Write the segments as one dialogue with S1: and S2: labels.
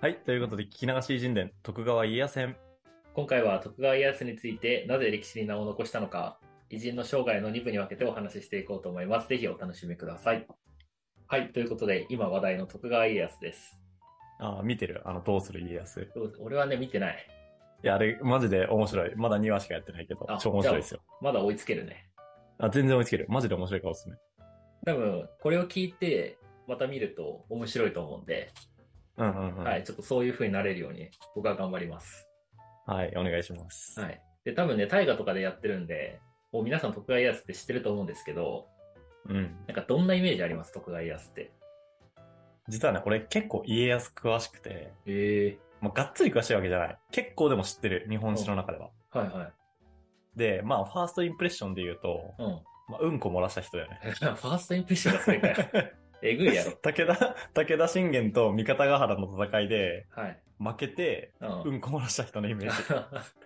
S1: はい。ということで、聞き流し人伝、徳川家康編。
S2: 今回は徳川家康についてなぜ歴史に名を残したのか、偉人の生涯の2部に分けてお話ししていこうと思います。ぜひお楽しみください。はい、ということで、今話題の徳川家康です。
S1: ああ、見てる。あの、どうする家康。い
S2: どう俺はね、見てない。
S1: や、あれ、マジで面白い。まだ2話しかやってないけど
S2: あ、
S1: 超面白いですよ。
S2: まだ追いつけるね。
S1: あ、全然追いつける。マジで面白いからおすすめ。
S2: 多分、これを聞いて、また見ると面白いと思うんで、
S1: うんうんうん。
S2: はい、ちょっとそういう風になれるように、僕は頑張ります。
S1: はい。お願いします。
S2: はい。で、多分ね、大河とかでやってるんで、もう皆さん徳川家康って知ってると思うんですけど、
S1: うん。
S2: なんかどんなイメージあります徳川家康って。
S1: 実はね、これ結構家康詳しくて、
S2: ええ
S1: まあ、がっつり詳しいわけじゃない。結構でも知ってる。日本史の中では。
S2: はいはい。
S1: で、まあ、ファーストインプレッションで言うと、
S2: うん。
S1: まあ、うんこ漏らした人だよね。
S2: ファーストインプレッションがそれかよ。 えぐいやろ。
S1: 武田、 武田信玄と三方ヶ原の戦いで
S2: はい。
S1: 負けて、
S2: う。
S1: うんんこ漏らした人のイメ ージ。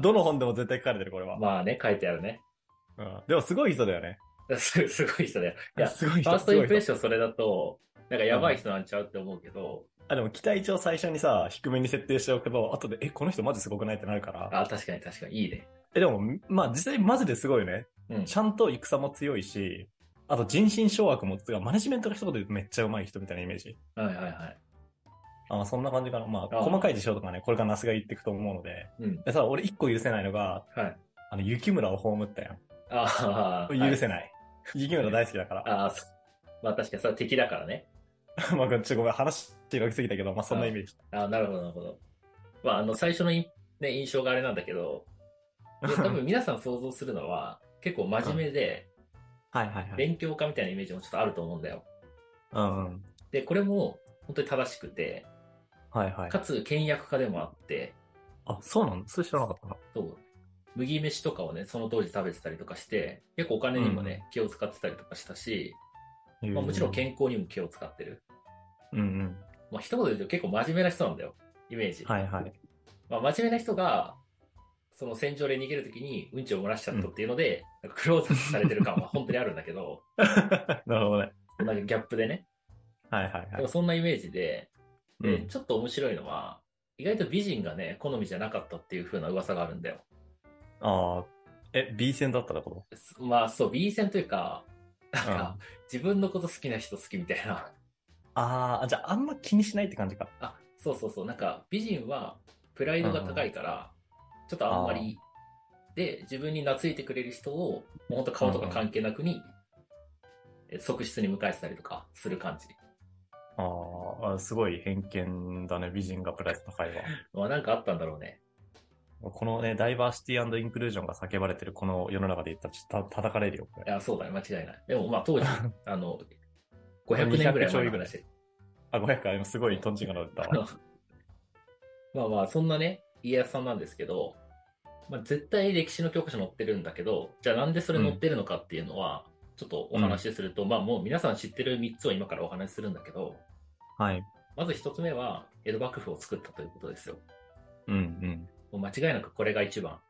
S1: どの本でも絶対書かれてる、これは。
S2: まあね、書いてあるね。
S1: うん、でもすごい人だよね。
S2: すすごい人だよ。いや、フ
S1: すごい人。
S2: ァーストインプレッ
S1: す
S2: ションそれだと、なんかやばい人なんちゃうって思うけど、
S1: ごい人あ、でも期待値を最初にさ、低めに設定しておけば、後で、え、この人マジすごくないってなるから。
S2: あ、確かに確かに、いいね。
S1: え、でも、まあ実際マジですごいよね。
S2: うん。
S1: ちゃんと戦も強いし、あと人心掌握も、つうかマネジメントが一言で言うとめっちゃ上手い人みたいなイメージ。
S2: はいはいはい。
S1: あそんな感じかな。まあ、
S2: あ
S1: 細かい事象とかね、これからナスが言っていくと思うので。
S2: うん。
S1: でさ、俺一個許せないのが、
S2: はい。
S1: あの、雪村を葬ったやん。
S2: ああ、
S1: 許せ
S2: はい。
S1: ない。雪村大好きだから。
S2: ああ、そうまあ確かにそれは敵だからね。
S1: まあ、ちょっとごめん、話広げすぎたけど、まあそんなイメージ。
S2: ああ、なるほどなるほど。まああの、最初のインね、印象があれなんだけど、いや多分皆さん想像するのは、結構真面目で、
S1: はいはいはい。
S2: 勉強家みたいなイメージもちょっとあると思うんだよ。
S1: うんうん。
S2: で、これも本当に正しくて、
S1: はいはい
S2: か。つ倹約家でもあって、
S1: あ、そうなのそれ知らなかったな。
S2: そう、麦飯とかをね、その当時食べてたりとかして、結構お金にもね、気を使ってたりとかしたし、まあ、もちろん健康にも気を使ってる。
S1: うんうん。
S2: まあ、一言で言うと結構真面目な人なんだよ、イメージ。
S1: はいはい。
S2: まあ、真面目な人が、その戦場で逃げるときにうんちを漏らしちゃったっていうので、なんかクローズアップされてる感は本当にあるんだけ ど、
S1: なるほどね。
S2: なんかギャップでね。
S1: はいはいは
S2: で
S1: い
S2: も。そんなイメージで、
S1: う
S2: で、
S1: ん、
S2: ちょっと面白いのは、意外と美人がね、好みじゃなかったっていう風な噂があるんだよ。
S1: ああ、え、B 戦だったってこと
S2: す まあそう、B 戦というか、なん
S1: う
S2: か、自分のこと好きな人好きみたいな。
S1: ああ、じゃああんま気にしないって感じか。
S2: あ、そうそうそう、なんか、美人はプライドが高いから、ちょっとあんまり、で、自分に懐いてくれる人を、もうほんと顔とか関係なくに、え側室に迎えてたりとかする感じ。
S1: ああ、すごい偏見だね。美人がプライド高いわ。
S2: まあなんかあったんだろうね。
S1: このね、ダイバーシティインクルージョンが叫ばれてるこの世の中で言ったらちょっとた叩かれるよ、こ
S2: い
S1: れ。
S2: や、そうだね、間違いない。でもまあ当 時、あの、500年ぐらい前の話。
S1: あ、500あれもすごいトンチンが乗ったわ。
S2: まあまあ、そんなね、家康さんなんですけど、まあ、絶対歴史の教科書載ってるんだけど、じゃあなんでそれ載ってるのかっていうのは、ちょっとお話しすると、まあもう皆さん知ってる3つを今からお話しするんだけど、
S1: はい。
S2: まず1つ目は、江戸幕府を作ったということですよ。
S1: うん
S2: もう間違いなくこれが一番。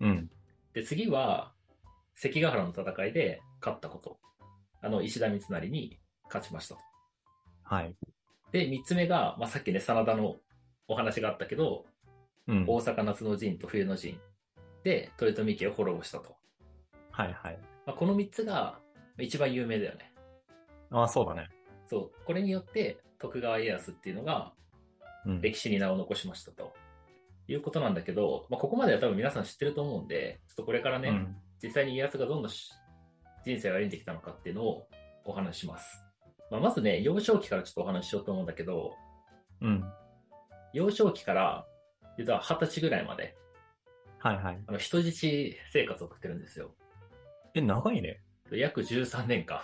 S1: うん。うん。
S2: で、次は、関ヶ原の戦いで勝ったこと。あの、石田三成に勝ちましたと。
S1: はい。
S2: で、3つ目が、まあさっきね、真田のお話があったけど、
S1: うん。
S2: 大
S1: はい
S2: 阪夏の陣と冬の陣で豊臣家を滅ぼしたと。
S1: はい。
S2: まあ、この3つが一番有名だよね。
S1: ああ、そうだね。
S2: そう。これによって徳川家康っていうのが
S1: うん。
S2: 歴史に名を残しましたと。いうことなんだけど、まあ、ここまでは多分皆さん知ってると思うんで、ちょっとこれからね、
S1: うん
S2: 実際に家康がどんなし人生を歩んできたのかっていうのをお話しします。まあ、まずね、幼少期からちょっとお話ししようと思うんだけど、
S1: うん。
S2: 幼少期から、実は20歳ぐらいまで、
S1: はいはい。
S2: あの人質生活を送ってるんですよ。
S1: え、長いね。
S2: 約13年間。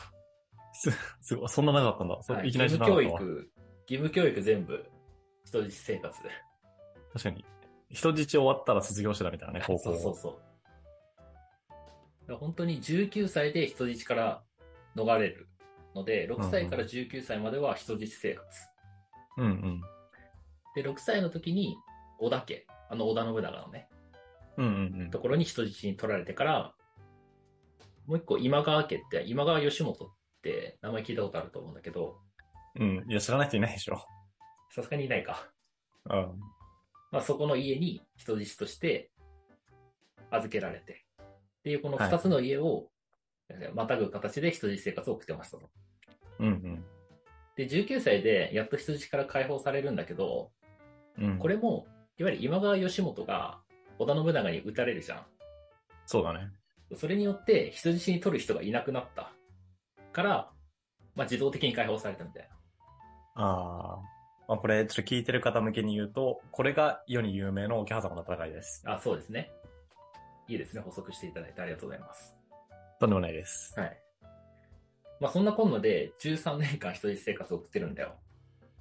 S1: すごい、そんな長かったんだ。そ
S2: は
S1: ういきなり
S2: 義
S1: 知ら
S2: 務
S1: なか
S2: 教
S1: ったわ。
S2: 育、義務教育全部、人質生活で。
S1: 確かに。人質終わったら卒業してたみたいなね、高校
S2: そうそうそう。だから本当に19歳で人質から逃れるので、6歳から19歳までは人質生活。
S1: うんうん。
S2: で、6歳の時に、織田家、あの織田信長のね、
S1: うんうんうん
S2: と。ころに人質に取られてから、もう一個今川家って、今川義元って名前聞いたことあると思うんだけど、
S1: うん。いや、知らない人いないでしょ。
S2: さすがにいないか。
S1: あ
S2: まあ、そこの家に人質として預けられて、っていうこの
S1: はい
S2: 二つの家を、またぐ形で人質生活を送ってましたと。
S1: うん
S2: で、19歳でやっと人質から解放されるんだけど、
S1: うん。うん。
S2: これも、いわゆる今川義元が織田信長に撃たれるじゃ
S1: そうだね。
S2: ん。それによって人質に取る人がいなくなったから、まあ、自動的に解放されたみたいな。
S1: ああ。まあ、これ、ちょっと聞いてる方向けに言うと、これが世に有名の桶狭間の戦いです。
S2: あ、そうですね。いいですね。補足していただいてありがとうございます。
S1: とんでもないです。
S2: はい。まあ、そんなこんなで13年間人質生活を送ってるんだよ。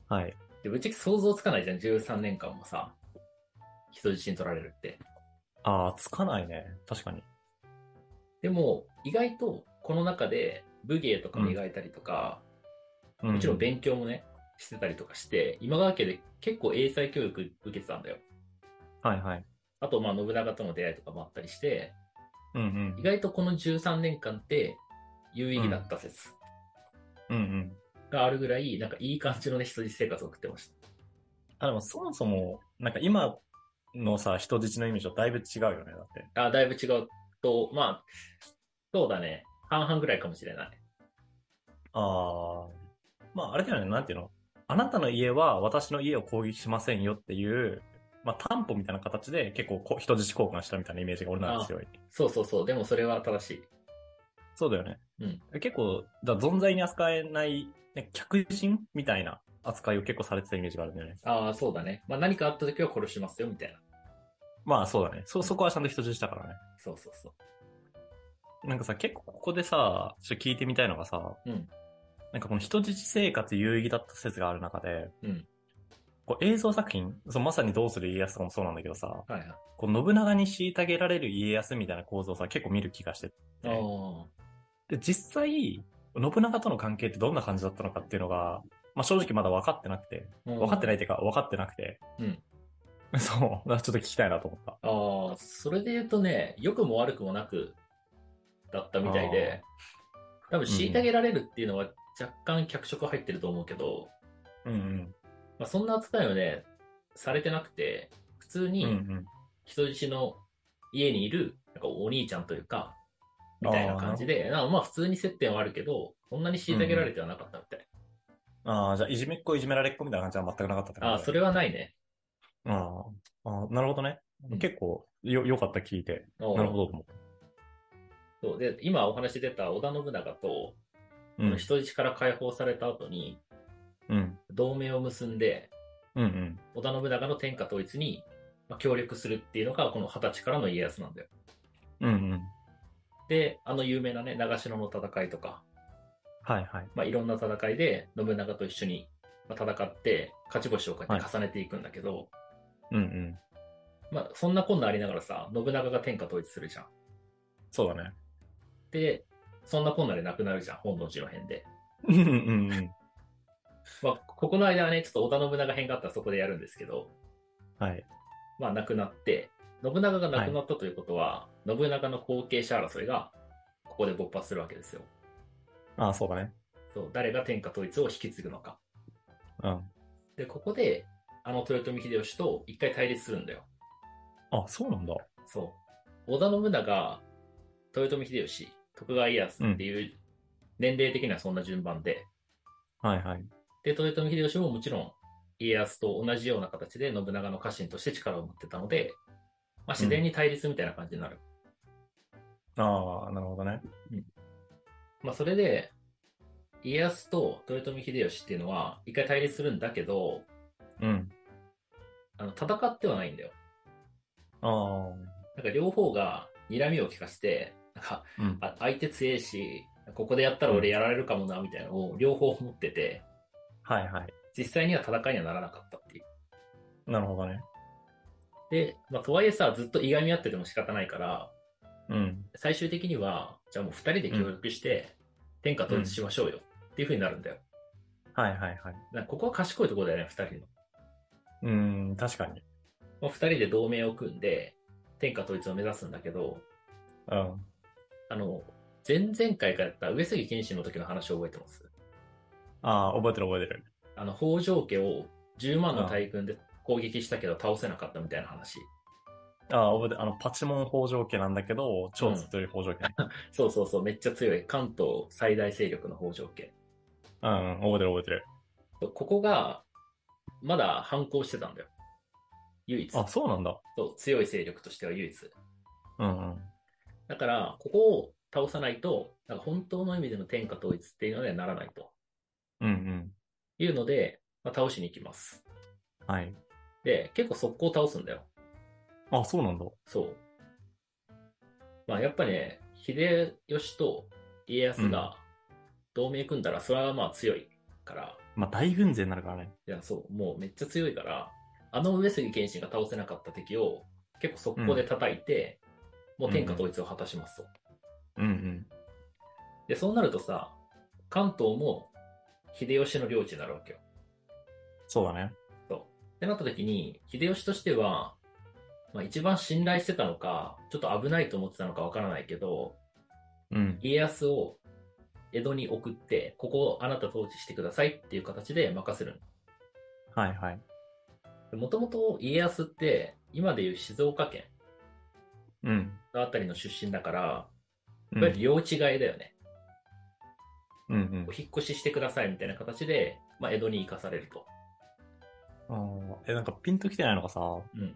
S1: はい。
S2: で、ぶっちゃけ想像つかないじゃん。13年間もさ、人質に取られるって。
S1: ああ、つかないね。確かに。
S2: でも、意外とこの中で武芸とか磨いたりとか、
S1: うん
S2: もちろん勉強もね、してたりとかして、今川家で結構英才教育受けてたんだよ。
S1: はいはい。
S2: あと、まあ、信長との出会いとかもあったりして、
S1: うんう
S2: 意
S1: ん。
S2: 外とこの13年間って有意義だった説
S1: うんうん。
S2: があるぐらい、なんかいい感じのね、人質生活を送ってました。
S1: あ、でもそもそも、なんか今のさ、人質のイメージとだいぶ違うよね、だって。
S2: あ、だいぶ違うと、まあ、そうだね。半々ぐらいかもしれない。
S1: ああ。まあ、あれだよね、なんていうのあなたの家は私の家を攻撃しませんよっていう、まあ、担保みたいな形で結構こ人質交換したみたいなイメージが俺なんですよ。
S2: そうそうそう。でもそれは正しい。
S1: そうだよね。
S2: うん
S1: 結構、だ存在に扱えない、ね客人みたいな扱いを結構されてたイメージがあるんだよね。
S2: ああ、そうだね。まあ何かあった時は殺しますよ、みたいな。
S1: まあ、そうだね。そ、そこはちゃんと人質だからね。
S2: そうそうそう。
S1: なんかさ、結構ここでさ、ちょっと聞いてみたいのがさ、
S2: うん
S1: なんかこの人質生活有意義だった説がある中で、
S2: うん
S1: こう映像作品、そうまさにどうする家康とかもそうなんだけどさ、
S2: はいはい。
S1: こう信長に虐げられる家康みたいな構造をさ、結構見る気がして
S2: ああ、
S1: で、実際、信長との関係ってどんな感じだったのかっていうのが、まあ正直まだ分かってなくて、
S2: うん
S1: 分かってないっていうか分かってなくて、
S2: うん
S1: そう、だからちょっと聞きたいなと思った。
S2: ああ、それで言うとね、良くも悪くもなく、だったみたいで、多分虐げられるっていうのは若干脚色入ってると思うけど、
S1: うんうん。
S2: まあそんな扱いをね、されてなくて、普通
S1: うんう
S2: に
S1: ん。
S2: 人質の家にいる、なんかお兄ちゃんというか、みたいな感じで、なんかまあ普通に接点はあるけど、そんなに虐げられてはなかったみたい。
S1: ああ、じゃあいじめっ子いじめられっ子みたいな感じは全くなかったって感じだね
S2: ああ、それはないね。
S1: ああ、ああなるほどね。
S2: うん
S1: 結構、よ、良かった聞いて。
S2: おう
S1: なるほどと思った。
S2: そうで今お話出た織田信長
S1: う
S2: と、この
S1: ん。
S2: 人質から解放された後に
S1: うん。
S2: 同盟を結んで
S1: うんうん。
S2: 織田信長の天下統一にまあ協力するっていうのがこの二十歳からの家康なんだよ。
S1: うんうん。
S2: であの有名なね長篠の戦いとか、
S1: はいはい。
S2: まあ、いろんな戦いで信長と一緒にまあ戦って勝ち星をこうやって重ねていくんだけど、
S1: うんうん。
S2: まあ、そんなこんなありながらさ信長が天下統一するじゃん。
S1: そうだね。
S2: でそんなこんなで亡くなるじゃん本能寺の変で。
S1: うんうんうん。
S2: まあ、ここの間はねちょっと織田信長編があったらそこでやるんですけど。
S1: はい。
S2: まあ、亡くなって、信長が亡くなったということは、信長の後継者争いが、ここで勃発するわけですよ。
S1: ああ、そうだね。
S2: そう誰が天下統一を引き継ぐのか。
S1: うん。
S2: で、ここで、あの豊臣秀吉と一回対立するんだよ。
S1: あ、そうなんだ。
S2: そう。織田信長、豊臣秀吉、徳川家康っていう、年齢的にはそんな順番で、
S1: はいはい。
S2: で、豊臣秀吉ももちろん、家康と同じような形で信長の家臣として力を持ってたので、まあ、自然に対立みたいな感じになる。
S1: ああ、なるほどね。
S2: まあ、それで、家康と豊臣秀吉っていうのは、一回対立するんだけど、
S1: うん。
S2: あの戦ってはないんだよ。
S1: ああ。
S2: なんか両方が睨みを利かして、なんか、
S1: うん。
S2: あ相手強えし、ここでやったら俺やられるかもな、みたいなのを両方持ってて、
S1: はいはい。
S2: 実際には戦いにはならなかったっていう。
S1: なるほどね。
S2: で、まあ、とはいえさ、ずっといがみ合ってても仕方ないから、
S1: うん。
S2: 最終的には、じゃあもう二人で協力して、天下統一しましょうよ、っていう風になるんだよ。
S1: はいはいはい。
S2: なんかここは賢いところだよね、二人の。
S1: うーん、確かに。
S2: まあ、2人で同盟を組んで天下統一を目指すんだけど
S1: うん。
S2: あの前々回からやった上杉謙信の時の話を覚えてます
S1: ああ、覚えてる覚えてる。
S2: あの北条家を10万の大軍で攻撃したけど倒せなかったみたいな話。
S1: ああ、覚えてあの、パチモン北条家なんだけど、超強い北条家。
S2: そうそうそう、めっちゃ強い。関東最大勢力の北条家。
S1: うん、うん覚えてる覚えてる。
S2: ここが、まだ反抗してたんだよ。唯一。
S1: あ、そうなんだ。
S2: そう強い勢力としては唯一。
S1: うん、うん。
S2: だから、ここを倒さないと、なんか本当の意味での天下統一っていうのにはならないと
S1: うん、
S2: いうので、まあ、倒しに行きます。
S1: うん。はい。
S2: で、結構速攻倒すんだよ。
S1: あ、そうなんだ。
S2: そう。まあやっぱね、秀吉と家康が同盟組んだら、それはまあ強いから、
S1: まあ、大軍勢になるからね。
S2: いや、そう、もうめっちゃ強いから、あの上杉謙信が倒せなかった敵を結構速攻で叩いて、もう天下統一を果たしますと。
S1: うん、うん。
S2: で、そうなるとさ、関東も秀吉の領地になるわけよ。
S1: そうだね。
S2: ってなった時に、秀吉としては、まあ一番信頼してたのか、ちょっと危ないと思ってたのかわからないけど、
S1: うん。
S2: 家康を江戸に送って、ここをあなた統治してくださいっていう形で任せる
S1: はいはい。
S2: の。もともと家康って、今でいう静岡県
S1: うん。
S2: のあたりの出身だから、
S1: う
S2: いわゆる
S1: ん、
S2: 領地替えだよね。
S1: うん
S2: お引っ越ししてくださいみたいな形で、まあ江戸に行かされると。
S1: うん。あーえ、なんかピンときてないのがさ、
S2: うん。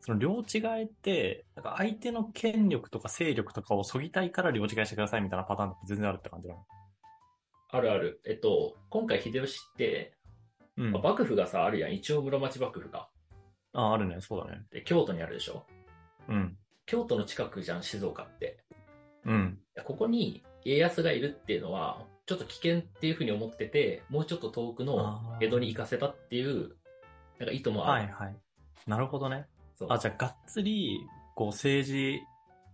S1: その領地替えって、なんか相手の権力とか勢力とかをそぎたいから領地替えしてくださいみたいなパターンって全然あるって感じなの。
S2: あるある。えっと、今回秀吉って、
S1: うん
S2: まあ幕府がさ、あるやん。一応室町幕府が。
S1: あ、あるね。そうだね。
S2: で、京都にあるでしょ。
S1: うん。京
S2: 京都の近くじゃん、静岡って。
S1: うん。
S2: ここに家康がいるっていうのは、ちょっと危険っていうふうに思ってて、もうちょっと遠くの
S1: あー
S2: 江戸に行かせたっていう、なんか意図もあ
S1: は
S2: る。
S1: いはい。なるほどね。
S2: そう
S1: あ、じゃあ、がっつり、こう、政治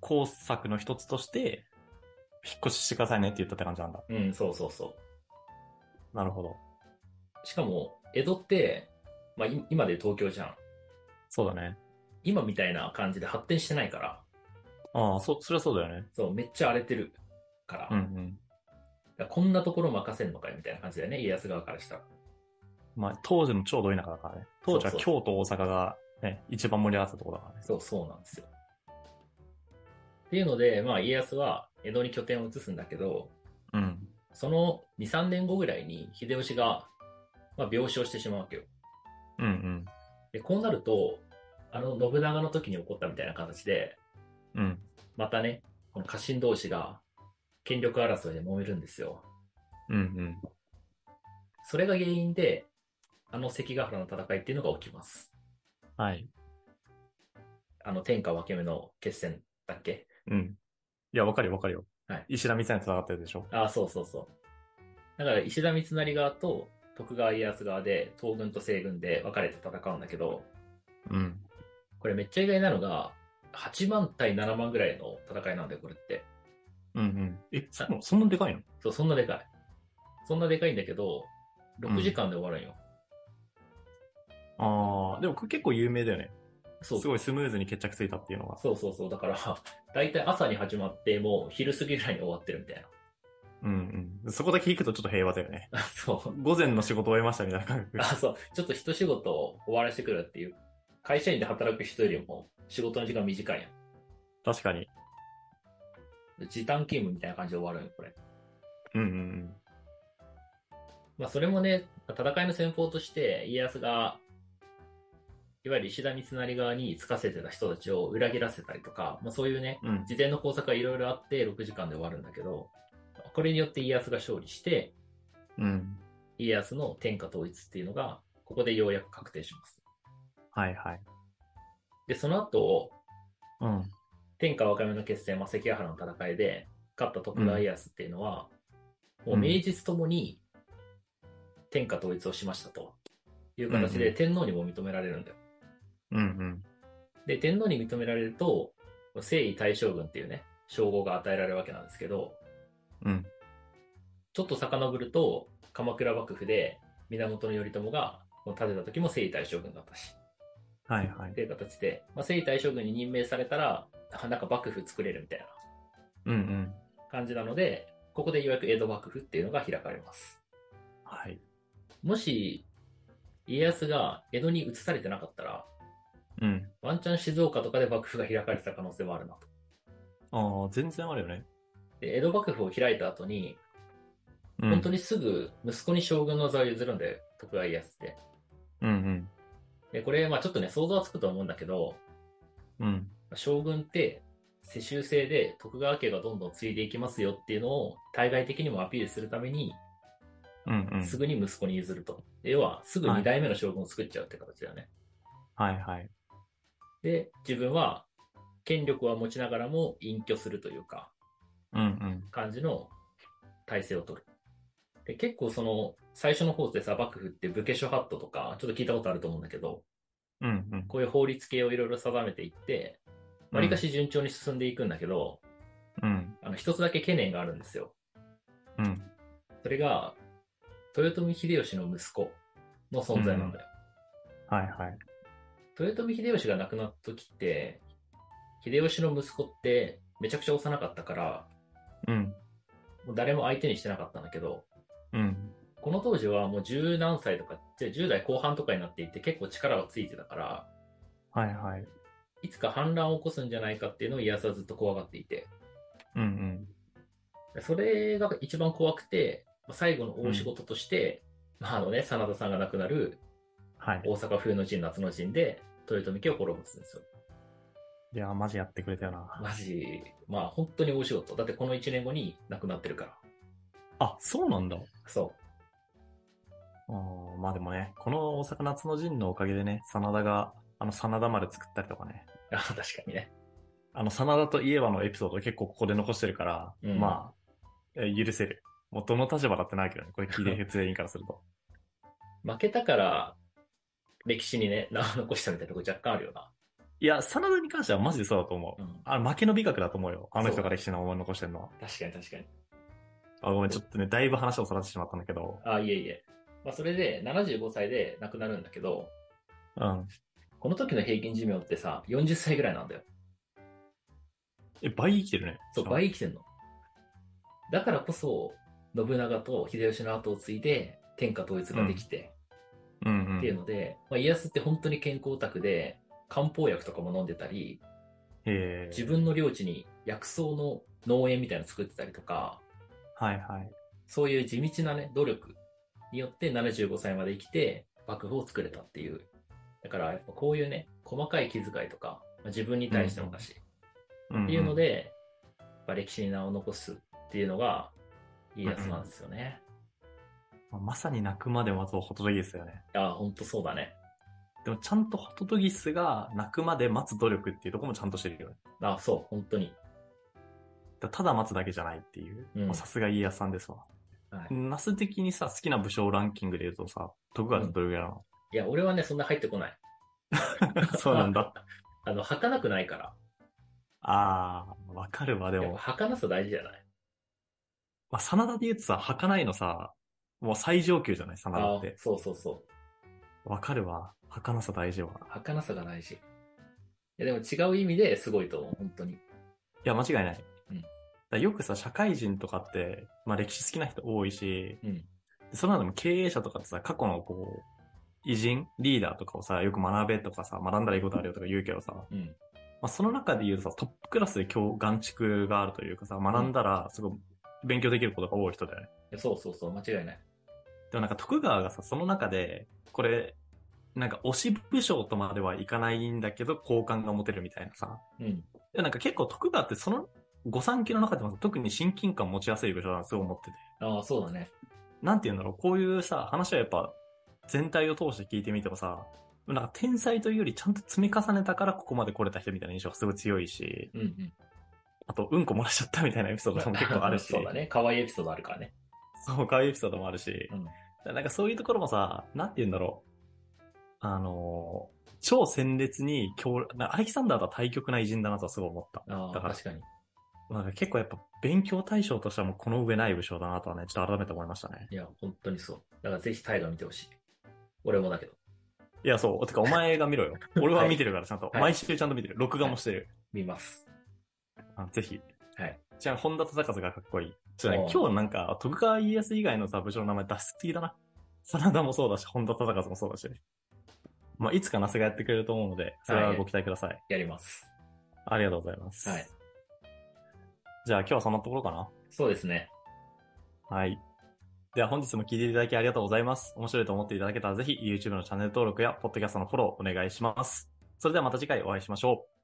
S1: 工作の一つとして、引っ越ししてくださいねって言ったって感じなんだ。
S2: うん、そうそうそ
S1: なるほど。
S2: う。しかも、江戸って、まあ、い今で東京じゃん。
S1: そうだね。
S2: 今みたいな感じで発展してないから、
S1: ああ、そ、そりゃそうだよね。
S2: そう、めっちゃ荒れてるから、
S1: うんう
S2: だか
S1: ん。
S2: らこんなところ任せんのかよみたいな感じだよね、家康側からしたら。
S1: まあ、当時のちょうど田舎だからね。当時は
S2: そうそ
S1: 京都、大阪がね、一番盛り合わせたところだからね。
S2: そう、そうなんですよ。っていうので、まあ、家康は江戸に拠点を移すんだけど、
S1: うん。
S2: その2、3年後ぐらいに秀吉が、まあ、病死をしてしまうわけよ。
S1: うんうん。
S2: で、こうなると、あの信長の時に起こったみたいな形で、
S1: うん。
S2: またね、この家臣同士が権力争いで揉めるんですよ。
S1: うんうん。
S2: それが原因で、あの関ヶ原の戦いっていうのが起きます。
S1: はい。
S2: あの天下分け目の決戦だっけ
S1: うん。いや、わかるよ、わかるよ。
S2: はい
S1: 石田三成と戦ってるでしょ。
S2: ああ、そうそうそう。だから石田三成側と徳川家康側で東軍と西軍で分かれて戦うんだけど、
S1: うん。
S2: これめっちゃ意外なのが、8万対7万ぐらいの戦いなんだよ、これって。
S1: うんうん。え、そんなそんなでかいの
S2: そう、そんなでかい。そんなでかいんだけど、6時間で終わるんよ。
S1: ああ、でもこれ結構有名だよね。
S2: そう
S1: すごいスムーズに決着ついたっていうのが。
S2: そうそうそう。だから、 だいたい朝に始まって、もう昼過ぎぐらいに終わってるみたい
S1: うんうん。そこだけ聞くとちょっと平和だよね。
S2: な。 そう。
S1: 午前の仕事終えましたみたいな感覚。
S2: あ、そう。ちょっと一仕事終わらせてくるっていう。会社員で働く人よりも仕事の時間短いや
S1: 確かに。
S2: ん。時短勤務みたいな感じで終わるんよ、これ。
S1: うんうん
S2: まあ、それもね、戦いの戦法として、家康が、いわゆる石田三成側につかせてた人たちを裏切らせたりとか、まあ、そういうね、
S1: うん。うん。
S2: 事前の工作がいろいろあって6時間で終わるんだけど、これによって家康が勝利して、
S1: うん。
S2: 家康の天下統一っていうのが、ここでようやく確定します。
S1: はいはい。
S2: で、その後、
S1: うん。
S2: 天下分かれ目の決戦、まあ、関ヶ原の戦いで、勝った徳川家康っていうのは、
S1: うん
S2: もう名実ともに天下統一をしましたという形
S1: うん
S2: で
S1: う
S2: 天皇にも認められるんだよ。
S1: うん
S2: で、天皇に認められると、征夷大将軍っていうね、称号が与えられるわけなんですけど、
S1: うん。うん。
S2: ちょっと遡ると、鎌倉幕府で源頼朝が建てた時も征夷大将軍だったし、
S1: はいはい
S2: っ。ていう形で、まあ、征夷大将軍に任命されたら、あなんか幕府作れるみたいな
S1: うんうん。
S2: 感じなので、ここでようやく江戸幕府っていうのが開かれます。
S1: はい。
S2: もし、家康が江戸に移されてなかったら、
S1: うん。
S2: ワンチャン静岡とかで幕府が開かれてた可能性もあるなと。
S1: ああ、全然あるよね。
S2: で、江戸幕府を開いた後に、
S1: うん、
S2: 本当
S1: に。
S2: にすぐ息子に将軍の座を譲るんで、徳川家康って。
S1: うん
S2: で、これ、まあちょっとね、想像はつくと思うんだけど、
S1: うん。うん。
S2: 将軍って世襲制で徳川家がどんどん継いでいきますよっていうのを対外的にもアピールするために、
S1: うんうん。
S2: すぐに息子に譲ると。で要は、すぐ
S1: はい
S2: 2代目の将軍を作っちゃうって形だよね。
S1: はいはい。
S2: で、自分は権力は持ちながらも隠居するというか、
S1: うんうん。
S2: 感じの体制を取る。で、結構その、最初の方でさ、幕府って武家諸法度とか、ちょっと聞いたことあると思うんだけど、
S1: うんうん。
S2: こういう法律系をいろいろ定めていって、わりかし順調に進んでいくんだけど、
S1: うん。
S2: あの、一つだけ懸念があるんですよ。
S1: うん。
S2: それが、豊臣秀吉の息子の存在なんだよ。
S1: はいはい。
S2: 豊臣秀吉が亡くなった時って、秀吉の息子ってめちゃくちゃ幼かったから、
S1: うん。
S2: もう誰も相手にしてなかったんだけど、
S1: うん。
S2: この当時はもう十何歳とか、じゃあ10代後半とかになっていて結構力がついてたから、
S1: はいはい。
S2: いつか反乱を起こすんじゃないかっていうのを家康はずっと怖がっていて、
S1: うんうん。
S2: それが一番怖くて、まあ最後の大仕事として、まああのね、真田さんが亡くなる
S1: はい。
S2: 大阪冬の陣、夏の陣で、豊臣家を滅ぼすんですよ。
S1: いやー、マジやってくれたよな。
S2: マジ、まあ本当に大仕事。だってこの1年後に亡くなってるから。
S1: あ、そうなんだ。
S2: そ
S1: あーまあでもね、この大阪夏の陣のおかげでね、真田が、あの真田丸作ったりとかね。
S2: う。あ 確かにね。
S1: あの、真田といえばのエピソード結構ここで残してるから、
S2: うん
S1: まあ、え許せる。もうどの立場だってないけどね、これ聞いてる全員からすると。
S2: 負けたから、歴史にね、名を残したみたいなとこ若干あるよな。
S1: いや、真田に関してはマジでそうだと思う。
S2: うん。
S1: あれ負けの美学だと思うよ。あの
S2: そ
S1: 人
S2: う
S1: が歴史の思い残してるのは。
S2: 確かに確かに。
S1: あ、ごめん、ちょっとね、だいぶ話をそらしてしまったんだけど。
S2: あ、いえいえ。まあそれで75歳で亡くなるんだけど、
S1: うん。
S2: この時の平均寿命ってさ、40歳ぐらいなんだよ。
S1: え、倍生きてるね。
S2: そう、倍生きてんの。だからこそ、信長と秀吉の後を継いで、天下統一ができて、
S1: うんうん。
S2: っていうので、まあ、家康って本当に健康オタクで、漢方薬とかも飲んでたり、
S1: へえ
S2: 自分の領地に薬草の農園みたいなの作ってたりとか、
S1: はいはい。
S2: そういう地道なね、努力によって75歳まで生きて、幕府を作れたっていう。だから、やっぱこういうね、細かい気遣いとか、まあ自分に対してもだし、
S1: んん
S2: っていうの。で、やっぱ歴史に名を残すっていうのが、家康なんですよね。
S1: まあまさに泣くまで待とうホトトギスだよね。
S2: ああ、ほんとそうだね。
S1: でもちゃんとホトトギスが泣くまで待つ努力っていうところもちゃんとしてるよね。
S2: ああ、そう、本当に。
S1: だただ待つだけじゃないっていう
S2: うん。
S1: まあさすが家康さんですわ。
S2: はい
S1: ナス的にさ、好きな武将ランキングで言うとさ、徳川ってどれぐらいなの、
S2: いや、俺はね、そんな入ってこない。
S1: そうなん だ。
S2: あの、儚くないから。
S1: あー、わかるわ、で
S2: やっ
S1: も
S2: ぱ。儚さ大事じゃない
S1: まあ、真田で言うとさ、儚いのさ、もう最上級じゃない真田
S2: あ
S1: っ
S2: あ
S1: て、。
S2: そうそうそう。
S1: わかるわ。儚さ大事わ。
S2: 儚さが大事。いや、でも違う意味ですごいと思う、本当に。
S1: いや、間違いない。
S2: うん
S1: だからよくさ、社会人とかって、まあ歴史好きな人多いし、
S2: うん
S1: その中でも経営者とかってさ、過去のこう、偉人、リーダーとかをさ、よく学べとかさ、学んだらいいことあるよとか言うけどさ、ま
S2: うん。
S1: あその中で言うとさ、トップクラスで今日、眼蓄があるというかさ、学んだら、すごい勉強できることが多い人だよね。
S2: いやそうそうそう、間違いない。
S1: でもなんか徳川がさ、その中で、これ、なんか推し武将とまではいかないんだけど、好感が持てるみたいなさ。
S2: うん。
S1: でもなんか結構徳川ってその御三家の中でも特に親近感持ちやすい武将だなすごい思ってて。
S2: ああ、そうだね。
S1: なんて言うんだろう、こういうさ、話はやっぱ全体を通して聞いてみてもさ、なんか天才というよりちゃんと積み重ねたからここまで来れた人みたいな印象がすごい強いし、
S2: うんうん。
S1: あとうんこ漏らしちゃったみたいなエピソードも結構あるし、
S2: そうだね。可愛いエピソードあるからね。
S1: そう、かわいいエピソードもあるし、
S2: うん。
S1: なんかそういうところもさ、なんて言うんだろう。あのー超鮮烈に強、なんかアレキサンダーとは対極な偉人だなとはすごい思った。
S2: あ
S1: だ
S2: あ、
S1: から
S2: 確かに。
S1: なんか結構やっぱ勉強対象としてはもうこの上ない武将だなとはね、ちょっと改めて思いましたね。
S2: いや、本当にそう。だからぜひ大河見てほしい。俺もだけど。
S1: いや、そう。てかお前が見ろよ。俺は見てるからちゃんと。
S2: はい
S1: 毎週ちゃんと見てる。録画もしてる。
S2: 見ます。
S1: あのぜひ。
S2: はい。
S1: じゃあ、本田忠勝がかっこいい。ちょっとね
S2: おう
S1: 今日なんか、徳川家康以外のさ、武将の名前出しすぎだな。真田もそうだし、本田忠勝もそうだし。まあ、いつか那須がやってくれると思うので、それはご期待ください。
S2: やります。
S1: ありがとうございます。
S2: はい。
S1: じゃあ今日はそんなところかな
S2: そうですね。
S1: はい。では本日も聞いていただきありがとうございます。面白いと思っていただけたらぜひ YouTube のチャンネル登録や Podcast のフォローお願いします。それではまた次回お会いしましょう。